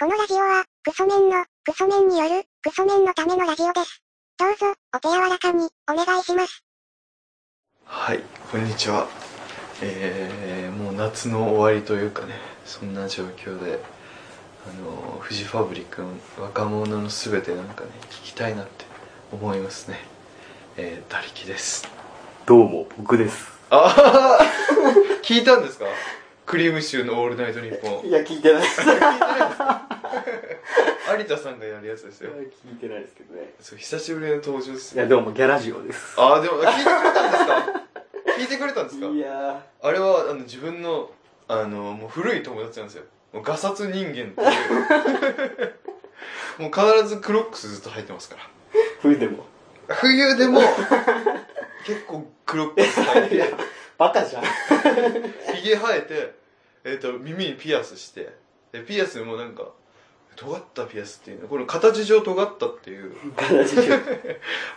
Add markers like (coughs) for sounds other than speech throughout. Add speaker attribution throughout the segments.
Speaker 1: このラジオは、クソメンの、クソメンによる、クソメンのためのラジオです。どうぞ、お手柔らかに、お願いします。
Speaker 2: はい、こんにちは。えーもう夏の終わりというかね、そんな状況で、あのフジファブリックの若者のすべてなんかね、聞きたいなって思いますね。えー、打力です。
Speaker 3: どうも、僕です。
Speaker 2: あー聞いたんですかクリームシチューのオールナイトニッポン。
Speaker 3: や、聞いてないです。聞
Speaker 2: 有田さんがやるやつですよ。
Speaker 3: いてないですけどね。
Speaker 2: そう、久しぶりの登場です
Speaker 3: い
Speaker 2: よ。
Speaker 3: や、どうも、ギャラジオです。
Speaker 2: あー、でも聞いてくれたんですか聞いてくれたんですか
Speaker 3: いや
Speaker 2: あれはあの自分のあのもう古い友達なんですよもうガサツ人間っていう (laughs) もう必ずクロックスずっと履いてますか
Speaker 3: ー、冬でも。
Speaker 2: ら冬でも結構クロックス履い
Speaker 3: いや
Speaker 2: て、
Speaker 3: バカじゃん。
Speaker 2: ひげ生えて、えっと耳にピアスしてでピアスもなんか尖ったピアスっていうのこの形上尖ったっていう
Speaker 3: ギャラジオ。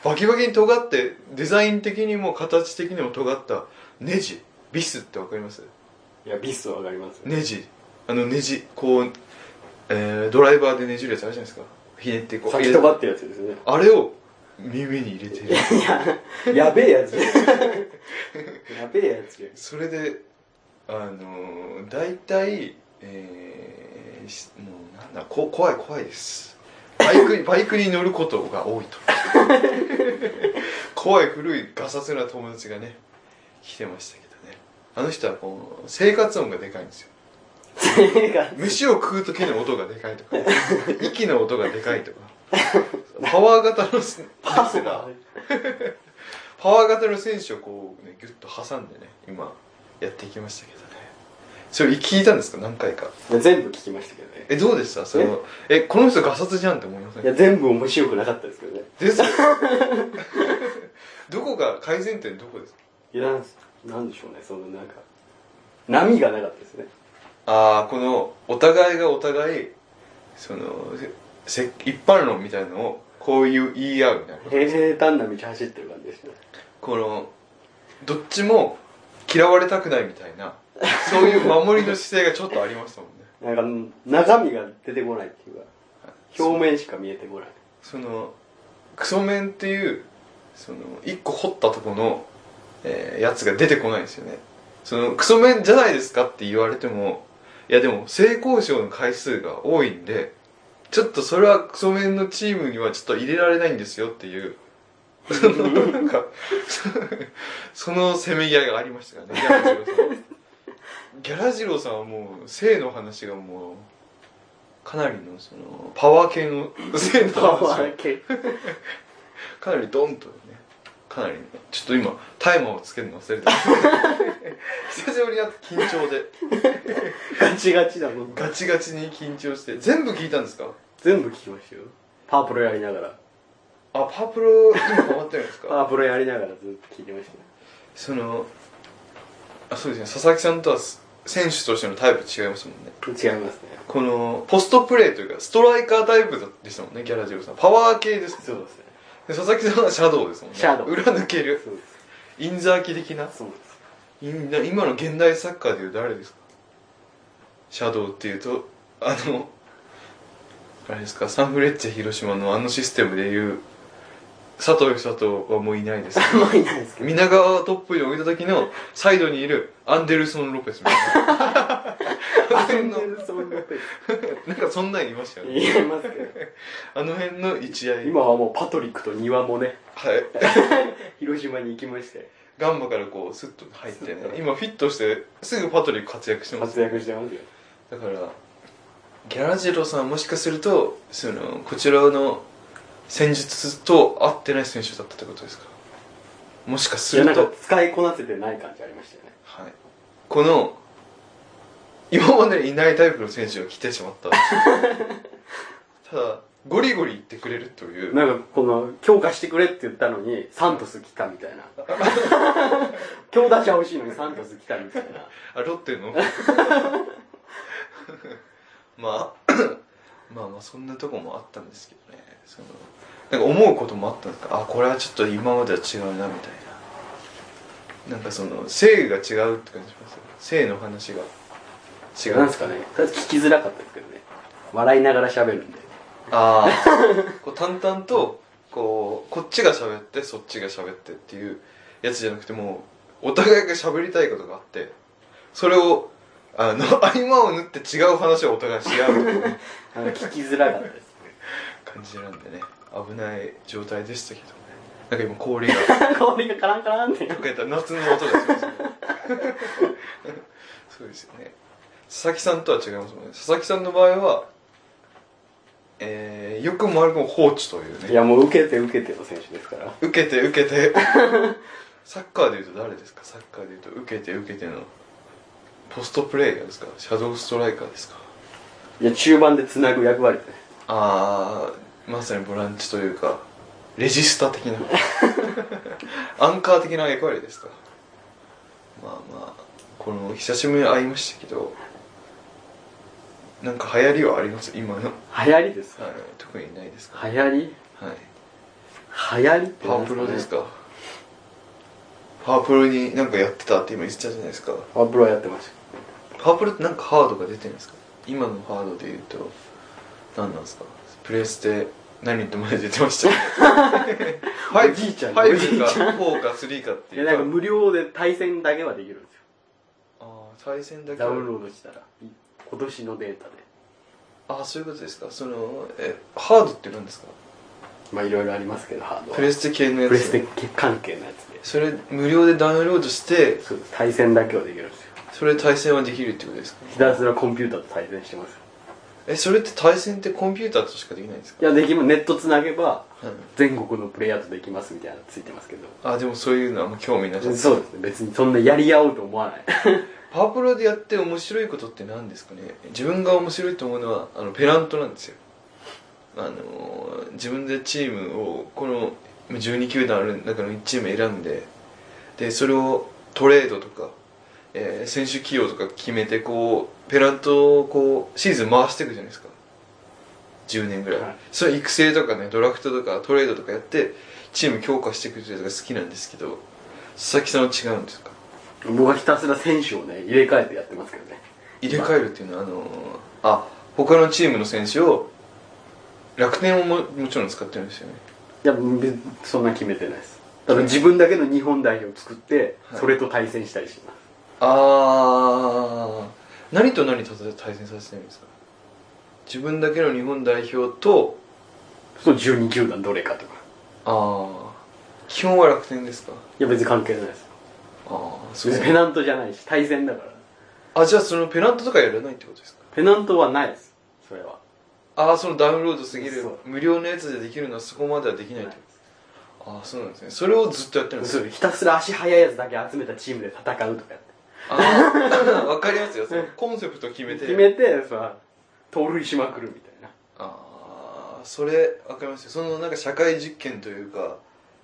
Speaker 2: バキバキに尖ってデザイン的にも形的にも尖ったネジビスってわかります
Speaker 3: いや、ビスわかりますよ。
Speaker 2: ネジあのネジこう、えードライバーでねじるやつあるじゃないですかひねってこう
Speaker 3: 先飛ばってやつですね。
Speaker 2: あれを耳に入れて
Speaker 3: (laughs)
Speaker 2: る
Speaker 3: いや、やべえやつ。やべえやつ。
Speaker 2: それであのー、大体えー、しもうなんだこ怖い怖いですバイクにバイクに乗ることが多いと怖い古いガサツな友達がね来てましたけどねあの人はこう生活音がでかいんですよ
Speaker 3: 手が
Speaker 2: 飯を食う時の音がでかいとか息の音がでかいとかパワー型のす
Speaker 3: パ
Speaker 2: リス
Speaker 3: ス
Speaker 2: が
Speaker 3: が。
Speaker 2: パワー型の選手をこうねギュッと挟んでね今やっていきましたけどねそれ聞いたんですか何回か
Speaker 3: 全部聞きましたけどね。
Speaker 2: えどうでしたそれはえこの人ガサツじゃんって思いません
Speaker 3: いや、全部面白くなかったですけどね。
Speaker 2: ですよ (laughs) どこが改善点どこですか
Speaker 3: いや、なんでしょうね、そのなんか、波がなかったですね。
Speaker 2: ああこのお互いがお互いそのせ一般論みたいのをこういう言い合うみたいな
Speaker 3: 平々単な道走ってる感じでしたね。
Speaker 2: このどっちも嫌われたくないみたいなそういう守りの姿勢がちょっとありましたもんね
Speaker 3: なんか、中身が出てこないっていうか、表面しか見えてこない。
Speaker 2: (laughs) そのクソメンっていうその一個掘ったとこの、えーやつが出てこないんですよねそのクソメンじゃないですかって言われてもいやでも性交渉の回数が多いんでちょっとそれはクソメンのチームにはちょっと入れられないんですよっていう (laughs) そのなんか (laughs) そそのせめぎ合いがありましたからねギャラジローさんはギャラジローさんはもう性の話がもうかなりのそのパワー系の性の話
Speaker 3: パ
Speaker 2: を
Speaker 3: ワー系。
Speaker 2: かなりドンとねかなりねちょっと今タイマーをつけるの忘れ
Speaker 3: (laughs)
Speaker 2: た久しぶりにやって緊張で
Speaker 3: ガチガチだもん。
Speaker 2: ガチガチに緊張して全部聞いたんですか
Speaker 3: 全部聞きましたよ。パープロやりながら。
Speaker 2: あパープロ今ハマってるんですか
Speaker 3: パープロやりながらずっと聞いてましたね。
Speaker 2: そのあそうですね佐々木さんとはす選手としてのタイプ違いますもんね
Speaker 3: 違いますね。
Speaker 2: このポストプレーというかストライカータイプでしたもんねギャラジオさんパワー系です
Speaker 3: そうですね。
Speaker 2: で佐々木さんはシャドウですもんね
Speaker 3: シャドウ
Speaker 2: 裏抜ける
Speaker 3: そうです。
Speaker 2: インザーキ的な
Speaker 3: そうです。
Speaker 2: みんな今の現代サッカーでいう誰ですかシャドウっていうとあのあれですかサンフレッチェ広島のあのシステムでいう佐藤久人はもういないです
Speaker 3: あんまりいないですけど。
Speaker 2: 皆川をトップに置いた時のサイドにいるアンデルソン・ロペスみたいなあの辺の
Speaker 3: そういうわ
Speaker 2: なん (laughs) かそんなんいましたよ
Speaker 3: け
Speaker 2: ね
Speaker 3: 言いますけど。
Speaker 2: あの辺の一合い
Speaker 3: 今はもうパトリックと庭もね、
Speaker 2: はい
Speaker 3: 広島に行きまして、
Speaker 2: ガンバからこうスッと入ってね
Speaker 3: スッと
Speaker 2: 今フィットしてすぐパトリック活躍してます
Speaker 3: 活躍してますよ。
Speaker 2: だからギャラジロさんはもしかするとそのこちらの戦術と合ってない選手だったってことですかもしかす
Speaker 3: いや、
Speaker 2: る
Speaker 3: なんか
Speaker 2: と、
Speaker 3: 使いこなせてない感じありましたよね。
Speaker 2: はい、この今までいないタイプの選手が来てしまった
Speaker 3: (laughs)
Speaker 2: ただゴリゴリ言ってくれるという
Speaker 3: なんかこの強化してくれって言ったのにサントス来たみたいな (laughs) 強打者欲しいのにサントス来たみたいな
Speaker 2: あロッテの (laughs) まあ (coughs) まあまあそんなとこもあったんですけどねそのなんか思うこともあったんですかあこれはちょっと今までは違うなみたいななんかその性が違うって感じします性の話が違う
Speaker 3: なんですかね聞きづらかったですけどね笑いながら喋るんで
Speaker 2: ああこう淡々とこうこっちが喋ってそっちが喋ってっていうやつじゃなくてもうお互いが喋りたいことがあってそれをあの (laughs) 合間を縫って違う話をお互いし合うっていう
Speaker 3: あの聞きづらかった (laughs) です
Speaker 2: 感じなんでね危ない状態でしたけどねなんか今氷が
Speaker 3: 氷がカランカランって
Speaker 2: 溶けた夏の音がしますね (laughs) そうですよね佐々木さんとは違いますもんね佐々木さんの場合はえー、よくも悪くも放置というね
Speaker 3: いやもう受けて受けての選手ですから
Speaker 2: 受けて受けて (laughs) サッカーでいうと誰ですかサッカーでいうと受けて受けてのポストプレイヤーですかシャドウストライカーですか
Speaker 3: いや中盤でつなぐ役割で
Speaker 2: ああまさにボランチというかレジスタ的な (laughs) アンカー的な役割ですかまあまあこの久しぶりに会いましたけどなんか流行りはあります今の、はい、
Speaker 3: 流行りですか
Speaker 2: 特にないですか
Speaker 3: 流行り
Speaker 2: はい
Speaker 3: 流行りって
Speaker 2: パ
Speaker 3: なん
Speaker 2: ワープロです
Speaker 3: ね
Speaker 2: かパワープロになんかやってたって今言ってたじゃないですか
Speaker 3: パワープロやってまし
Speaker 2: パワープロってなんかハードが出てるんですか今のハードで言うと何なんですかプレステ何って前出てま
Speaker 3: (laughs)
Speaker 2: したよね
Speaker 3: おじいちゃん
Speaker 2: 5か
Speaker 3: おじいちゃ
Speaker 2: 4か3かったて
Speaker 3: い
Speaker 2: い
Speaker 3: や
Speaker 2: う
Speaker 3: なんか無料で対戦だけはできるんですよ
Speaker 2: ああ対戦だけ
Speaker 3: ダウンロードしたら今年のデータで
Speaker 2: ああそういうことですかそのえハードって何ですか
Speaker 3: まあいろいろありますけどハードは
Speaker 2: プレステ系のやつ
Speaker 3: プレステ関係のやつで
Speaker 2: それ無料でダウンロードして
Speaker 3: そうです対戦だけはできるんですよ
Speaker 2: それで対戦はできるってことですか
Speaker 3: ひたすらコンピューターと対戦してますよ
Speaker 2: えそれって対戦ってコンピューターとしかできないんですか、
Speaker 3: いやできまネットつなげば
Speaker 2: はい
Speaker 3: 全国のプレイヤーとできますみたいなのついてますけど
Speaker 2: あでもそういうのはあんま興味なさそう
Speaker 3: そうですね別にそんなやり合おうと思わない (laughs)
Speaker 2: パワプロでやって面白いことって何ですかね自分が面白いと思うのはあのペナントなんですよあのー自分でチームをこの12球団ある中の1チーム選んででそれをトレードとか、えー選手起用とか決めてこうペナントをこうシーズン回していくじゃないですか10年ぐらい、
Speaker 3: はい
Speaker 2: それ育成とかねドラフトとかトレードとかやってチーム強化していくっていうのが好きなんですけど佐々木さんは違うんですか
Speaker 3: 僕はひたすら選手をね入れ替えてやってますけどね
Speaker 2: 入れ替えるっていうのはあのーあ他のチームの選手を楽天をももちろん使ってるんですよね
Speaker 3: いや別そんな決めてないですただ自分だけの日本代表を作って
Speaker 2: はい
Speaker 3: それと対戦したりします、
Speaker 2: ああ何と何と対戦させてるんですか自分だけの日本代表と
Speaker 3: そう12球団どれかとか
Speaker 2: ああ基本は楽天ですか
Speaker 3: いや別に関係ないです
Speaker 2: ああそう
Speaker 3: 別にペナントじゃないし対戦だから
Speaker 2: あじゃあそのペナントとかやらないってことですか
Speaker 3: ペナントはないですそれは
Speaker 2: ああそのダウンロードすぎる
Speaker 3: そう
Speaker 2: 無料のやつでできるのはそこまではできないっ
Speaker 3: な
Speaker 2: て
Speaker 3: い
Speaker 2: ことああそうなんですねそれをずっとやってるんです
Speaker 3: そうひたすら足速いやつだけ集めたチームで戦うとかやって
Speaker 2: あ (laughs) あ分かりますよそのコンセプト決めて
Speaker 3: 決めてさ盗塁しまくるみたいな
Speaker 2: ああそれ分かりますよそのなんか社会実験というか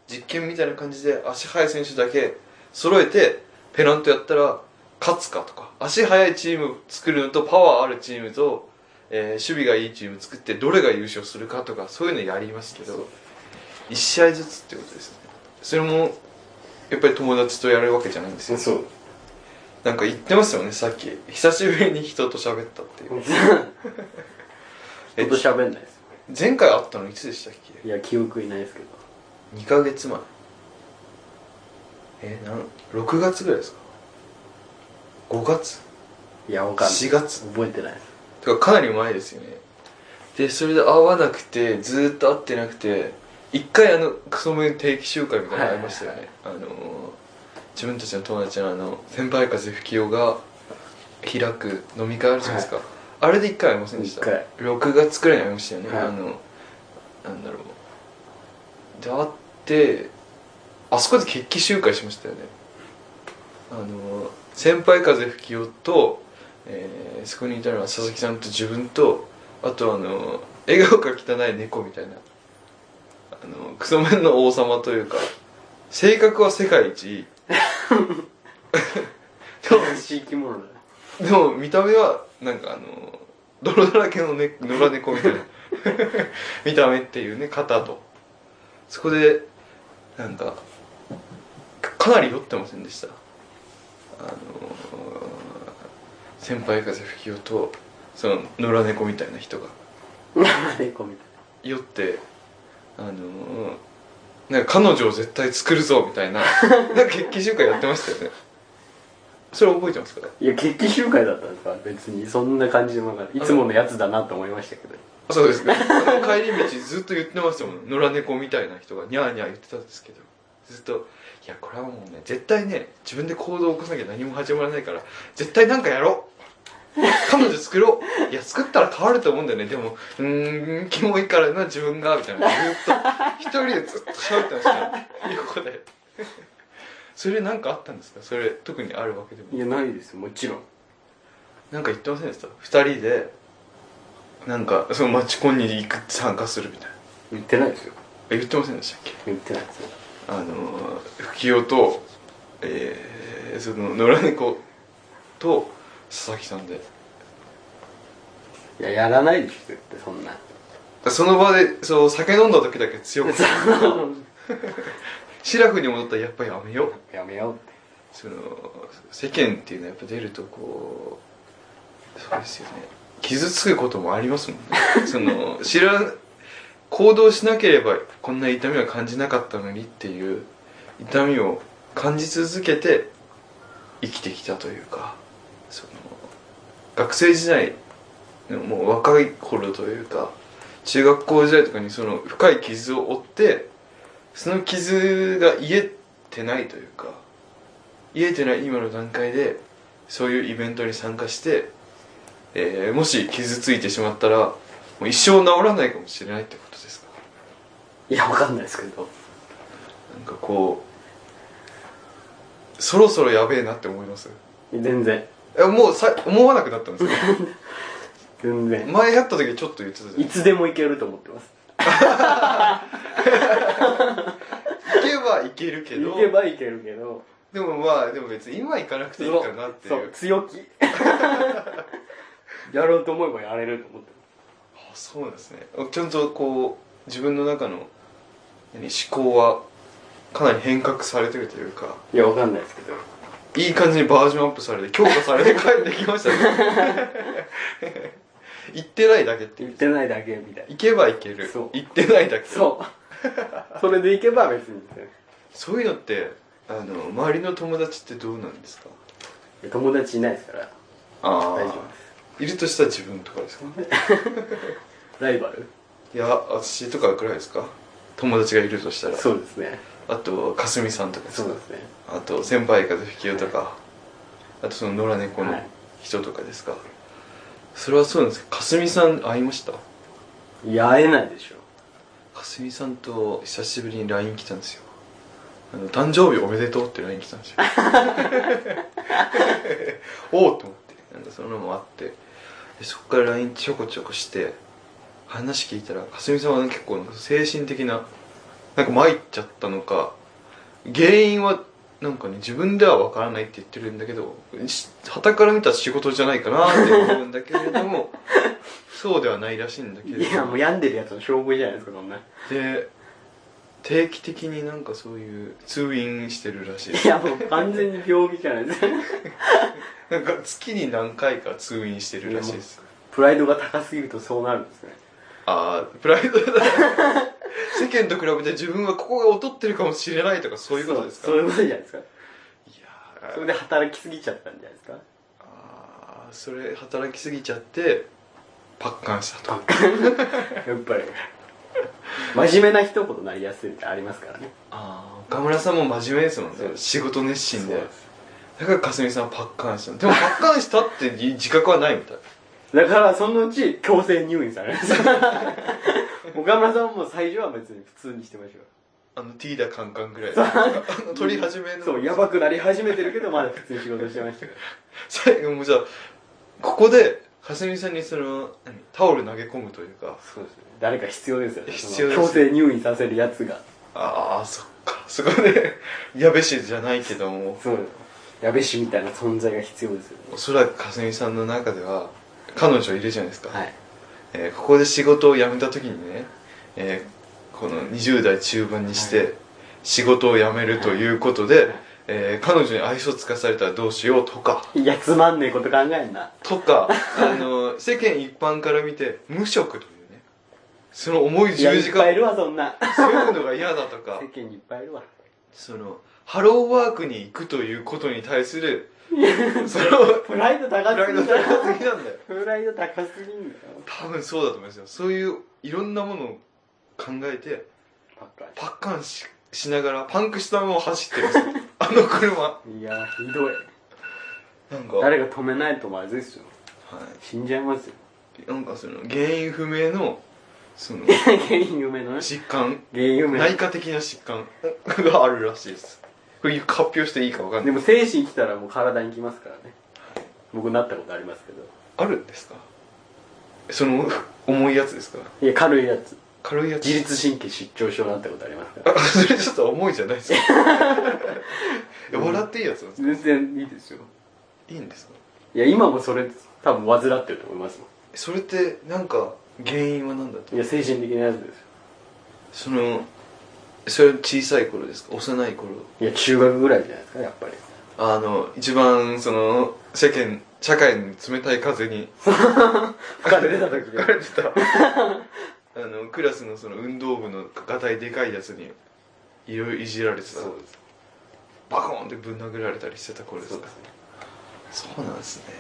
Speaker 2: 実験みたいな感じで足速い選手だけ揃えてペナントやったら勝つかとか足速いチーム作るのとパワーあるチームと、えー守備がいいチーム作ってどれが優勝するかとかそういうのやりますけ
Speaker 3: そう
Speaker 2: ど1試合ずつってことですねそれもやっぱり友達とやるわけじゃないんですよ
Speaker 3: (laughs) そう
Speaker 2: なんか言ってましたよねさっき久しぶりに人と喋ったっていう
Speaker 3: ちょっと喋んないです
Speaker 2: 前回会ったのいつでしたっけ
Speaker 3: いや記憶いないですけど
Speaker 2: 2ヶ月前えー、なん6月ぐらいですか5月
Speaker 3: いやわかんない
Speaker 2: 4月
Speaker 3: 覚えてないです
Speaker 2: とかかなり前ですよねでそれで会わなくてずーっと会ってなくて一回あのクソメン定期集会みたいなのありましたよね、あのー自分たちの友達のあの先輩風吹雄が開く飲み会あるじゃないですか、あれで一回会いませんでした
Speaker 3: 一回
Speaker 2: 6月くらいに会いましたよね、
Speaker 3: はい
Speaker 2: あのなんだろうで会ってあそこで決起集会しましたよねあの先輩風吹雄と、えーそこにいたのは佐々木さんと自分とあとあの笑顔が汚い猫みたいなあのクソメンの王様というか性格は世界一いいでも
Speaker 3: 悲しい生き物だ
Speaker 2: でも見た目はなんかあの泥だらけの、ね、野良猫みたいな見た目っていうね方とそこでなんかかなり酔ってませんでしたあの先輩風吹き男とその野良猫みたいな人が
Speaker 3: 猫 (laughs) みたい
Speaker 2: 酔ってあのーなんか彼女を絶対作るぞみたいななんか決起集会やってましたよねそれ覚えてますか
Speaker 3: ないや決起集会だったんですか別にそんな感じでもなかったいつものやつだなと思いましたけど
Speaker 2: あそうですかその帰り道ずっと言ってましたもん野良猫みたいな人がニャーニャー言ってたんですけどずっと「いやこれはもうね絶対ね自分で行動を起こさなきゃ何も始まらないから絶対なんかやろう彼女作ろういや作ったら変わると思うんだよねでもうーんキモいからな自分が」みたいなずっと一人でずっと喋ってましたよ (laughs) 横でそれなんかあったんですかそれ特にあるわけでも
Speaker 3: いやないですよもちろん
Speaker 2: なんか言ってませんでした二人でなんかそのマチコンに行く参加するみたいな
Speaker 3: 言ってないですよ
Speaker 2: え言ってませんでしたっけ
Speaker 3: 言ってないですよ
Speaker 2: あのー浮世と、えー、その野良猫と佐々木さんで
Speaker 3: いややらないでしょ絶対そん (laughs) な
Speaker 2: その場でそう酒飲んだ時だけ強くシラフに戻ったらやっぱりやめよう
Speaker 3: やめようって
Speaker 2: その世間っていうのはやっぱ出るとこうそうですよね傷つくこともありますもんねその知らん行動しなければこんな痛みは感じなかったのにっていう痛みを感じ続けて生きてきたというかその学生時代のもう若い頃というか中学校時代とかにその深い傷を負ってその傷が癒えてないというか言えてない今の段階でそういうイベントに参加して、えーもし傷ついてしまったらもう一生治らないかもしれないってことですか
Speaker 3: いやわかんないですけど
Speaker 2: なんかこうそろそろやべえなって思います
Speaker 3: 全然
Speaker 2: えもうさ思わなくなったんですか (laughs)
Speaker 3: 全然
Speaker 2: 前やった時ちょっと言ってたじゃない
Speaker 3: いつでもいけると思ってます
Speaker 2: 行けば行けるけど
Speaker 3: 行けばいけるけど
Speaker 2: でもまあでも別に今行かなくていいかなってい
Speaker 3: そう
Speaker 2: う
Speaker 3: 強 (laughs) 気やろうと思えばやれると思って
Speaker 2: あそうなんですねちゃんとこう自分の中の何思考はかなり変革されてるというか
Speaker 3: いやわかんないですけど
Speaker 2: いい感じにバージョンアップされて強化されて帰ってきましたね行ってないだけってい
Speaker 3: 言っ
Speaker 2: う
Speaker 3: てないだけみたいな
Speaker 2: 行けば行ける
Speaker 3: そう
Speaker 2: 行ってないだけそう
Speaker 3: そうそれでいけば別にみたいな
Speaker 2: いうのってあの周りの友達ってどうなんですか
Speaker 3: いや友達いないですから
Speaker 2: あ
Speaker 3: 大丈夫で
Speaker 2: いるとしたら自分とかですか
Speaker 3: すライバル
Speaker 2: いや私とかくらいですか友達がいるとしたら
Speaker 3: そうですね
Speaker 2: あとかすみさんとかです
Speaker 3: そう
Speaker 2: か
Speaker 3: ですね
Speaker 2: あと先輩風吹きよとか、あとその野良猫の
Speaker 3: はい
Speaker 2: 人とかですか、それはそうなんですけどかすみさん会いました
Speaker 3: いや会えないでしょ
Speaker 2: かすみさんと久しぶりに LINE 来たんですよあの誕生日おめでとうって LINE 来たん
Speaker 3: (laughs)
Speaker 2: ですよおおと思ってなんかそんなのもあってでそこから LINE ちょこちょこして話聞いたらかすみさんは結構なんか精神的ななんか参っちゃったのか原因はなんかね自分では分からないって言ってるんだけどはたから見たら仕事じゃないかなって思うんだけれど
Speaker 3: (laughs)
Speaker 2: もそうではないらしいんだけれども
Speaker 3: いやもう病んでるやつの証拠じゃないですかそんな
Speaker 2: で定期的になんかそういう通院してるらしい
Speaker 3: いやもう完全に病気じゃないですか
Speaker 2: なんか月に何回か通院してるらしいです
Speaker 3: (laughs) プライドが高すぎるとそうなるんですね
Speaker 2: ああプライドだ世間と比べて自分はここが劣ってるかもしれないとかそういうことですか
Speaker 3: そうそういうことじゃないですか
Speaker 2: いや
Speaker 3: それ
Speaker 2: ー
Speaker 3: で働きすぎちゃったんじゃないですか
Speaker 2: あーそれ働きすぎちゃってパッカンした (laughs) と
Speaker 3: やっぱり真面目な一言なりやすいってありますからね
Speaker 2: ああ岡村さんも真面目ですもんね
Speaker 3: そう
Speaker 2: 仕事熱心
Speaker 3: そう
Speaker 2: で
Speaker 3: す
Speaker 2: だからかすみさんはパッカンしたでもパッカンしたって自覚はないみたい
Speaker 3: だからそのうち強制入院されます
Speaker 2: (laughs)
Speaker 3: 岡村さんも最初は別に普通にしてまし
Speaker 2: あのティーダカンカンぐらいあの取り始め
Speaker 3: ょう
Speaker 2: の
Speaker 3: そうやばくなり始めてるけどまだ普通に仕事してましたよ
Speaker 2: 最後もうじゃあここでかすみさんにその何タオル投げ込むというか
Speaker 3: そうですね誰か必要ですよね
Speaker 2: 必要です
Speaker 3: その強制入院させるやつが
Speaker 2: ああそっか (laughs) そこで矢部氏じゃないけども
Speaker 3: そう矢部氏みたいな存在が必要ですよね
Speaker 2: おそらくかすみさんの中では彼女いるじゃないですか、
Speaker 3: はい
Speaker 2: えーここで仕事を辞めた時にね、えーこの20代中盤にして仕事を辞めるということで、
Speaker 3: はい
Speaker 2: ええー彼女に愛想つかされたらどうしようとか、
Speaker 3: いや、つまんねえこと考えんな。
Speaker 2: と
Speaker 3: (laughs)
Speaker 2: か、あの、世間一般から見て、無職というね、その重い
Speaker 3: いや、
Speaker 2: 十
Speaker 3: い
Speaker 2: 字
Speaker 3: っ
Speaker 2: 架
Speaker 3: ぱいい、るわ、そんな。
Speaker 2: そういうのが嫌だとか
Speaker 3: 世、間にいっぱいいるわ。
Speaker 2: その、ハローワークに行くということに対する、その、
Speaker 3: プライド高
Speaker 2: プラ
Speaker 3: す
Speaker 2: イド
Speaker 3: ぎんだよ。
Speaker 2: 高すぎなんだよ。
Speaker 3: プライド高すぎんだよ。
Speaker 2: 多分そうだと思いますよ。そういう、いろんなものを考えて、
Speaker 3: バカ
Speaker 2: パッカンししながら、パンクしたまま走ってるん
Speaker 3: (laughs)
Speaker 2: ですよあの車。
Speaker 3: に。いや、ひどい。
Speaker 2: なんか、はい、
Speaker 3: 誰か止めないとまずいっすよ。死んじゃいますよ。
Speaker 2: なんかその、原因不明の、その、
Speaker 3: (laughs) 原因有名のね。
Speaker 2: 疾
Speaker 3: (laughs)
Speaker 2: 患
Speaker 3: 原因有名
Speaker 2: 内科的な疾患があるらしいですこれ発表していいかわかん
Speaker 3: で
Speaker 2: ない
Speaker 3: も精神来たらもう体に来ますからね。僕なったことありますけど。
Speaker 2: あるんですかその重いやつですか
Speaker 3: いや、軽いやつ。
Speaker 2: 軽いやつ
Speaker 3: 自律神経失調症になったことありますから。
Speaker 2: あ (laughs) それちょっと重いじゃない (laughs) ですかいや笑っていいやつなんですか
Speaker 3: 全然いいですよ。
Speaker 2: いいんですか
Speaker 3: いや、今もそれ多分患ってると思いますも
Speaker 2: それってなんか原因は何だと
Speaker 3: ん。いや、精神的なやつですよ。
Speaker 2: そのそれ小さい頃ですか幼い頃
Speaker 3: いや、中学ぐらいじゃないですか、やっぱり。
Speaker 2: あの一番その世間社会の冷たい風 (laughs) に
Speaker 3: 吹かれてた時
Speaker 2: 疲れてた (laughs) あのクラスのその運動部のがたいでかいやつにいろいろいじられてた
Speaker 3: そうです。
Speaker 2: バコーンってぶん殴られたりしてた頃です
Speaker 3: そう
Speaker 2: か
Speaker 3: ですね。
Speaker 2: そうなんですね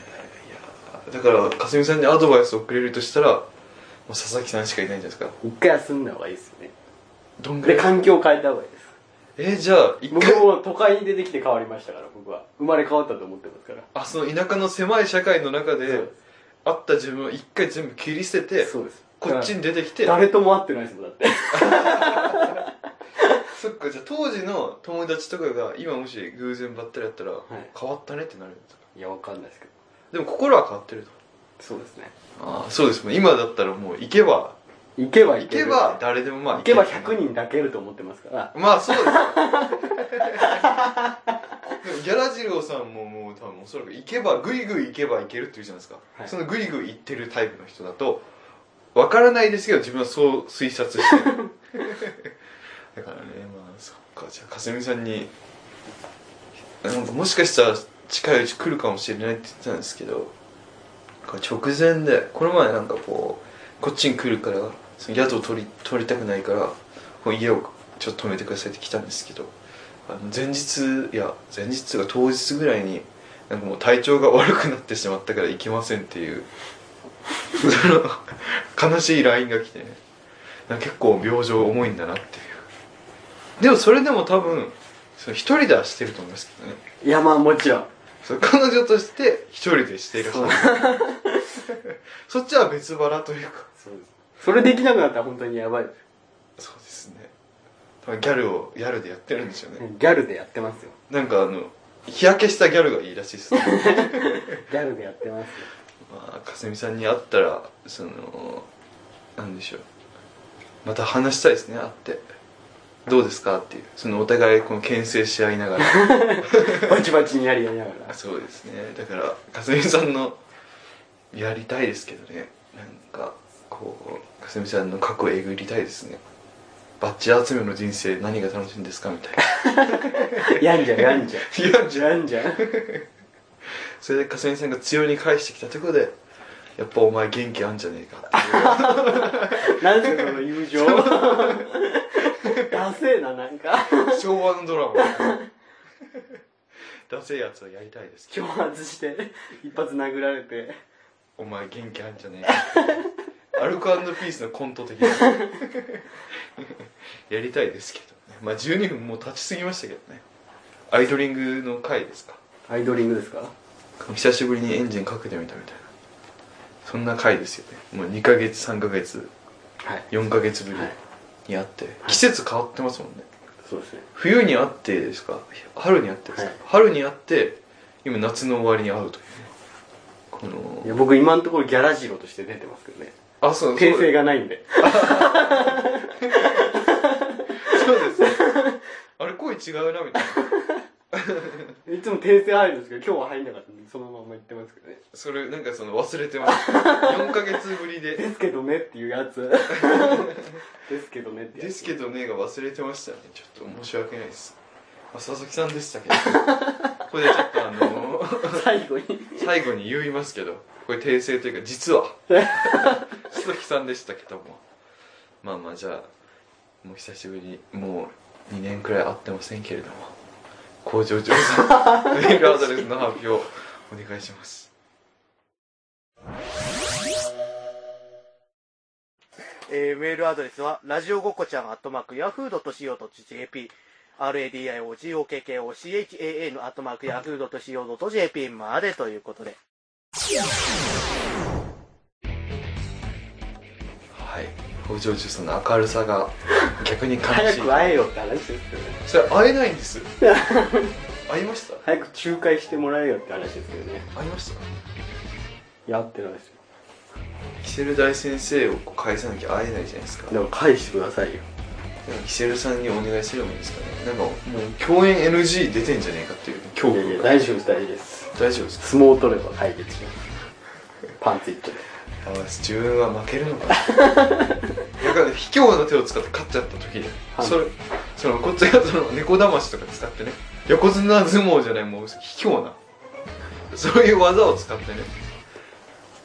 Speaker 2: いやだからかすみさんにアドバイスをくれるとしたらもう佐々木さんしかいないんじゃないですか
Speaker 3: 一回休んだ方がいいですよね。
Speaker 2: どんぐ
Speaker 3: で、
Speaker 2: らい
Speaker 3: 環境を変えた方がいいです。
Speaker 2: えじゃあ一
Speaker 3: 僕
Speaker 2: 回
Speaker 3: も都会に出てきて変わりましたから、僕は。生まれ変わったと思ってますから。
Speaker 2: あその田舎の狭い社会の中
Speaker 3: そう
Speaker 2: で
Speaker 3: です
Speaker 2: あった自分を一回全部切り捨てて
Speaker 3: そうです。
Speaker 2: こっちに出てきて
Speaker 3: 誰とも会ってないですもん、だって。
Speaker 2: そっかじゃあ当時の友達とかが今もし偶然ばったりやったら、
Speaker 3: い
Speaker 2: 変わったねってなるんですか
Speaker 3: いや、わかんないですけど。
Speaker 2: でも心は変わってると
Speaker 3: そうですね。
Speaker 2: ああそうですもん今だったらもう行けば
Speaker 3: 行けば
Speaker 2: 行
Speaker 3: 行け
Speaker 2: け
Speaker 3: る。
Speaker 2: ば誰でもまあ
Speaker 3: 行けば100人抱けると思ってますから。
Speaker 2: まあそう
Speaker 3: (laughs)
Speaker 2: ですよでもギャラジローさんももう多分おそらく行けばグイグイ行けば行けるっていうじゃないですか、
Speaker 3: はい
Speaker 2: そのグイグイ行ってるタイプの人だとわからないですけど自分はそう推察してる (laughs) だからねまあそっかじゃあかすみさんになんかもしかしたら近いうち来るかもしれないって言ってたんですけどなんか直前でこの前なんかこうこっちに来るからその宿を取り取りたくないからこう家をちょっと止めてくださいって来たんですけどあの前日いや前日というか当日ぐらいになんかもう体調が悪くなってしまったから行きませんっていうその悲しい LINE が来てねなんか結構病状重いんだなっていうでもそれでも多分その一人ではしてると思いますけどね
Speaker 3: いや、まあもちろん。
Speaker 2: そう彼女として一人でしている
Speaker 3: そう
Speaker 2: (laughs) そっちは別腹というか
Speaker 3: そうです。それできなくなったら本当にやばいです。
Speaker 2: そうですね多分ギャルをギャルでやってるんでしょうね
Speaker 3: ギャルでやってますよ。
Speaker 2: なんかあの日焼けしたギャルがいいらしいですね
Speaker 3: (laughs) ギャルでやってますよ。
Speaker 2: まあかすみさんに会ったらそのなんでしょうまた話したいですね会ってどうですかっていうそのお互いこの牽制し合いながら
Speaker 3: バチバチにやりやりなが
Speaker 2: あ
Speaker 3: ら。
Speaker 2: そうですねだからかすみさんのやりたいですけどねなんかこうかすみさんの過去をえぐりたいですねバッジ集めの人生何が楽しいんですかみたいな
Speaker 3: やんじゃん、やんじゃん。
Speaker 2: いやじゃ
Speaker 3: やんじゃん。
Speaker 2: それでかすみさんが強に返してきたところでやっぱお前元気あんじゃねえかっていう
Speaker 3: なんでその友情ダセえな、なんか。
Speaker 2: 昭和のドラマ (laughs) ダセえやつをやりたいですけど
Speaker 3: 挑発して、一発殴られて。
Speaker 2: お前元気あんじゃねえか
Speaker 3: (laughs)
Speaker 2: アルコピースのコント的な (laughs) やりたいですけどねまあ12分もう経ちすぎましたけどねアイドリングの回ですか
Speaker 3: アイドリングですか
Speaker 2: 久しぶりにエンジンかけてみたみたいなそんな回ですよねもう2ヶ月3ヶ月
Speaker 3: はい。
Speaker 2: 4ヶ月ぶり
Speaker 3: はい
Speaker 2: にあって、季節変わってますもんね
Speaker 3: そうですね。
Speaker 2: 冬にあってですか春にあってですか、
Speaker 3: はい
Speaker 2: 春にあって今夏の終わりに会うというねこの
Speaker 3: いや、僕今のところギャラジロとして出てますけどね。
Speaker 2: あそう
Speaker 3: 訂正
Speaker 2: が
Speaker 3: がないんで。
Speaker 2: そうですねあれ声違うなみたいな
Speaker 3: いつも訂正入るんですけど、今日は入んなかったんで、そのまま言ってますけどね。
Speaker 2: それなんかその忘れてます4ヶ月ぶり
Speaker 3: で
Speaker 2: です
Speaker 3: けどねっていうやつ。 (laughs) ですけどねってやつ。
Speaker 2: ですけどねが忘れてましたねちょっと申し訳ないですあ佐々木さんでしたけどこれでちょっとあの
Speaker 3: 最後に
Speaker 2: 最後に言いますけどこれ訂正というか実は佐々木さんでしたけどもまあまあじゃあもう久しぶりにもう2年くらい会ってませんけれども工場長さんメールアドレスの発表お願いします
Speaker 4: えーメールアドレスは、ラジオごっこちゃん、アットマーク、ヤフードと .co.jp、radiogokochaa のアットマーク、ヤフードと .co.jp までということで。
Speaker 2: はい工場長さんの明るさ
Speaker 3: (laughs)
Speaker 2: が逆に悲
Speaker 3: 早
Speaker 2: しい
Speaker 3: く会えよって話ですよね
Speaker 2: それ会えないんです
Speaker 3: (laughs)
Speaker 2: 会いました
Speaker 3: 早く仲介してもらえよって話ですけどね
Speaker 2: 会いました
Speaker 3: いや会ってないですよ
Speaker 2: キセル大先生をこう返さなきゃ会えないじゃないですか
Speaker 3: でも返してくださいよ
Speaker 2: でもキセルさんにお願いすればいいんですかねなんかもう共演 NG 出てんじゃねえかっていう恐
Speaker 3: いやいや
Speaker 2: 怖が
Speaker 3: 大丈夫です大丈夫です
Speaker 2: 大丈夫ですか
Speaker 3: 相撲を取れば解決しますパンツいっちゃって
Speaker 2: あ自分は負けるのかな
Speaker 3: (laughs)
Speaker 2: だから卑怯な手を使って勝っちゃった時で、
Speaker 3: はい
Speaker 2: それそのこっちがその猫だましとか使ってね横綱相撲じゃないもう卑怯なそういう技を使ってね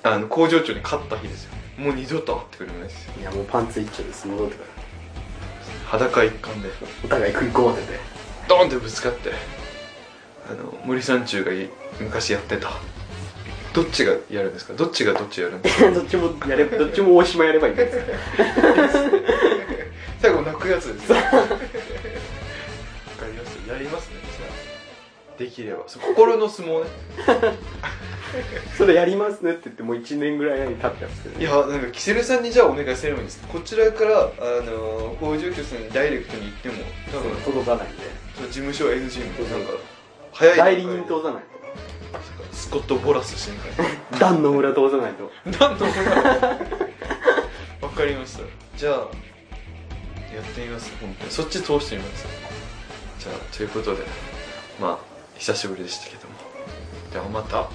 Speaker 2: あの工場長に勝った日ですよもう二度と会ってくれないですよ
Speaker 3: いやもうパンツいっちゃって相撲取ってから
Speaker 2: 裸一貫で
Speaker 3: お互い食い込ませて
Speaker 2: ドンってぶつかってあの森三中がい昔やってたどっちがやるんですかどっちがどっちやるんですか
Speaker 3: (laughs) どっちもやれどっちも大島やればいいんですよ
Speaker 2: 最後泣くやつですねわかりましたやりますねじゃあできればそう心の相撲ね
Speaker 3: (laughs) それやりますねって言ってもう1年ぐらい経ってますけど
Speaker 2: い
Speaker 3: ね
Speaker 2: やなんかキセルさんにじゃあお願いすればいいんですかこちらからあのー工場長さんにダイレクトに行っても多分
Speaker 3: 届かないんで
Speaker 2: その事務所 NG もなんか早い段
Speaker 3: 代
Speaker 2: 階
Speaker 3: 理
Speaker 2: で
Speaker 3: 人通さない (laughs)
Speaker 2: スコット・ボラス新会
Speaker 3: と壇の裏通さないと
Speaker 2: 何のわかりましたじゃあやってみます本当にそっち通してみますじゃあということでまあ久しぶりでしたけどもではまた